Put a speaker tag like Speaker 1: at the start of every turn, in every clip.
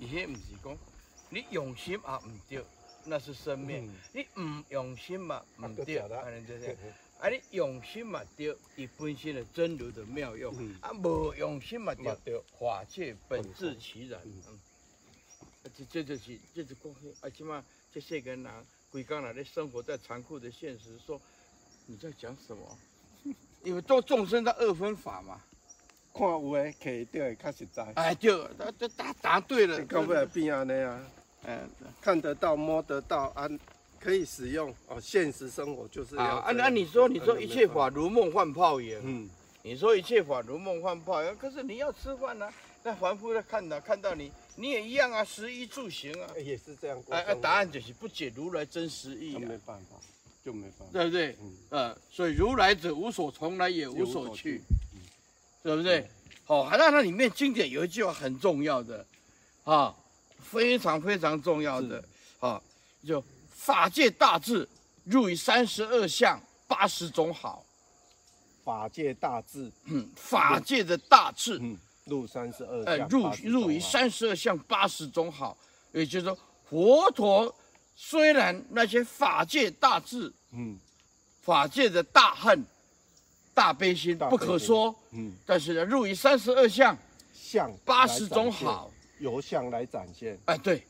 Speaker 1: 迄毋是讲你用心也毋对，那是生命；你毋用心嘛毋对，
Speaker 2: 啊搁食啦
Speaker 1: 安尼就是。啊，你用心嘛对，伊本身的真如的妙用；
Speaker 2: 嗯
Speaker 1: 啊，无用心嘛对
Speaker 2: 嘛，
Speaker 1: 对，法界本质其然。嗯，啊，这这就是这就是过去，啊，起码这些个人，规工人咧生活在残酷的现实说。你在讲什么？因为做众生的二分法嘛。
Speaker 2: 看有诶，摕到诶较实在，
Speaker 1: 哎，对，他他答答对了
Speaker 2: 这。到尾变安尼啊，
Speaker 1: 哎，
Speaker 2: 看得到、摸得到，啊，可以使用哦。现实生活就是要
Speaker 1: 啊，
Speaker 2: 这
Speaker 1: 按
Speaker 2: 样
Speaker 1: 按你说，你说一切，法如梦幻泡影，
Speaker 2: 嗯，
Speaker 1: 你说一切法如梦幻泡影，可是你要吃饭啊，那凡夫在看到看到你，你也一样啊，食衣住行啊。
Speaker 2: 也是这样过
Speaker 1: 哎
Speaker 2: 生活。
Speaker 1: 哎，答案就是不解如来真实意
Speaker 2: 就
Speaker 1: 啊
Speaker 2: 没，办法，就没办法。
Speaker 1: 对不对？
Speaker 2: 嗯，
Speaker 1: 呃，所以如来者无所从来，也无
Speaker 2: 无
Speaker 1: 所
Speaker 2: 所
Speaker 1: 去
Speaker 2: 去，
Speaker 1: 对不对？好、那那里面经典有一句话很重要的，啊，非常非常重要的，啊，就法界大智入于三十二相八十种好，
Speaker 2: 法界大智，
Speaker 1: 嗯，法界的大智，
Speaker 2: 嗯，入三十二
Speaker 1: 呃，
Speaker 2: 相，
Speaker 1: 入
Speaker 2: 八十
Speaker 1: 入
Speaker 2: 种
Speaker 1: 于
Speaker 2: 啊，
Speaker 1: 三十二相八十种好，也就是说，佛陀虽然那些法界大智、
Speaker 2: 嗯
Speaker 1: 法界的大恨、大悲心
Speaker 2: 大
Speaker 1: 不
Speaker 2: 悲
Speaker 1: 可
Speaker 2: 心
Speaker 1: 说，
Speaker 2: 嗯，
Speaker 1: 但是呢，入于三十二相
Speaker 2: 相
Speaker 1: 八
Speaker 2: 来
Speaker 1: 十
Speaker 2: 展
Speaker 1: 种
Speaker 2: 现，
Speaker 1: 好，
Speaker 2: 由相来展现，嗯
Speaker 1: 哎，对，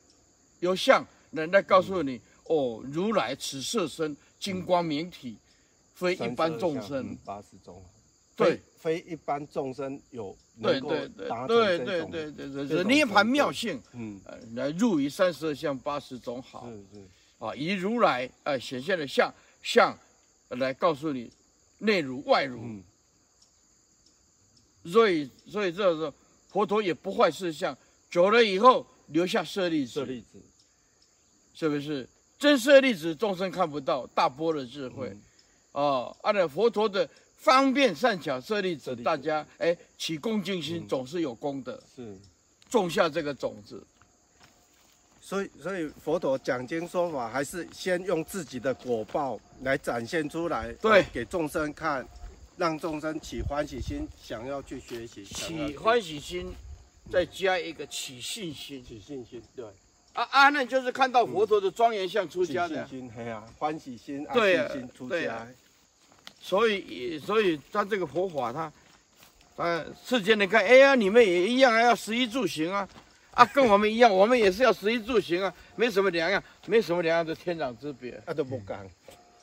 Speaker 1: 有相人家告诉你、哦，如来此色身金光明体，非一般众生，
Speaker 2: 八十嗯种好，
Speaker 1: 对
Speaker 2: 非，非一般众生有
Speaker 1: 对
Speaker 2: 能够
Speaker 1: 对对
Speaker 2: 达成
Speaker 1: 对
Speaker 2: 这
Speaker 1: 对
Speaker 2: 种
Speaker 1: 对，对
Speaker 2: 这
Speaker 1: 对，
Speaker 2: 种
Speaker 1: 涅盘
Speaker 2: 成就
Speaker 1: 妙性，
Speaker 2: 嗯，
Speaker 1: 呃，来入于三十二相八十种好
Speaker 2: 是是，
Speaker 1: 啊，以如来呃显现的相相来告诉你内如外如，
Speaker 2: 嗯
Speaker 1: 所以所以这时候佛陀也不坏事相，久了以后留下舍利子，
Speaker 2: 这例子，嗯
Speaker 1: 是不是？真舍利子众生看不到，大波的智慧，哦，按照佛陀的方便善巧舍利
Speaker 2: 舍
Speaker 1: 子
Speaker 2: 利，子
Speaker 1: 大家哎起恭敬心，总是有功德，
Speaker 2: 是。
Speaker 1: 种下这个种子，
Speaker 2: 所以，所以佛陀讲经说法，还是先用自己的果报来展现出来，
Speaker 1: 对
Speaker 2: 哦给众生看，让众生起欢喜心，想要去学习，想要
Speaker 1: 起
Speaker 2: 去
Speaker 1: 欢喜心，再加一个起信心
Speaker 2: 起信心，对，
Speaker 1: 啊啊，那就是看到佛陀的庄严像出
Speaker 2: 起
Speaker 1: 家的
Speaker 2: 信，心，嘿啊，欢喜心，啊
Speaker 1: 对啊
Speaker 2: 信心出
Speaker 1: 对
Speaker 2: 家
Speaker 1: 啊，所以所以他这个佛法他，他世间人看，哎呀，你们也一样啊，要食衣住行啊。啊，跟我们一样，我们也是要食衣住行啊，没什么两样，没什么两样的天壤之别，
Speaker 2: 啊他都不敢，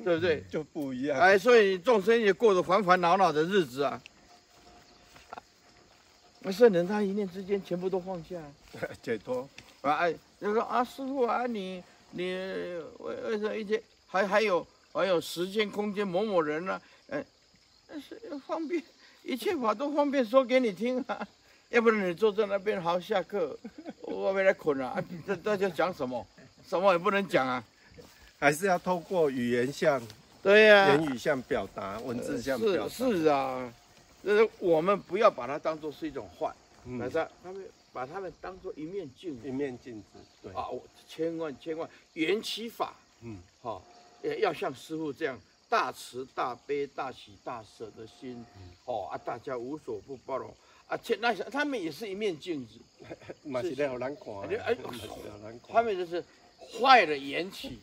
Speaker 1: 对不对？
Speaker 2: 就不一样。
Speaker 1: 嗯哎，所以众生也过着烦烦恼恼的日子啊。那圣人他一念之间全部都放下
Speaker 2: 解脱，
Speaker 1: 啊，哎，就说啊，师傅啊，你你为为什么一些还还有还有时间空间某某人呢、哎，但是方便一切法都方便说给你听啊，要不然你坐在那边好下课，我外面来捆啊，啊这这就讲什么，什么也不能讲啊，
Speaker 2: 还是要透过语言像、
Speaker 1: 对呀、
Speaker 2: 言语像表达，文字像表达。
Speaker 1: 是是啊，就是我们不要把它当做是一种坏，
Speaker 2: 嗯
Speaker 1: 把它他们把它们当做一面镜子
Speaker 2: 一面镜子，对，
Speaker 1: 啊，我千万千万缘起法，
Speaker 2: 嗯，
Speaker 1: 哈、也要像师傅这样大慈大悲大喜大舍的心，哦啊，大家无所不包容啊，且那他们也是一面镜子，
Speaker 2: 嘛是了难看
Speaker 1: 哎
Speaker 2: 的，嗯
Speaker 1: 哎
Speaker 2: 嘛是了难看。
Speaker 1: 他们就是坏的缘起，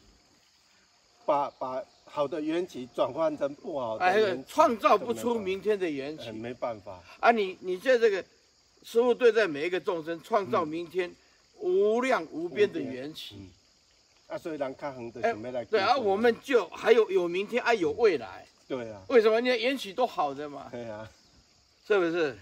Speaker 2: 把把好的缘起转换成不好的
Speaker 1: 哎
Speaker 2: 缘起，，
Speaker 1: 创造不出明天的缘
Speaker 2: 哎
Speaker 1: 起。
Speaker 2: 没办法，
Speaker 1: 啊你，你在这个师傅对待每一个众生，创造明天无量嗯无边嗯的缘起。
Speaker 2: 啊，所以人较远的
Speaker 1: 哎
Speaker 2: 想要来。
Speaker 1: 对啊，我们就还有有明天，还有未来。
Speaker 2: 对啊，
Speaker 1: 为什么？人家缘起都好的嘛，
Speaker 2: 对啊，
Speaker 1: 是不是？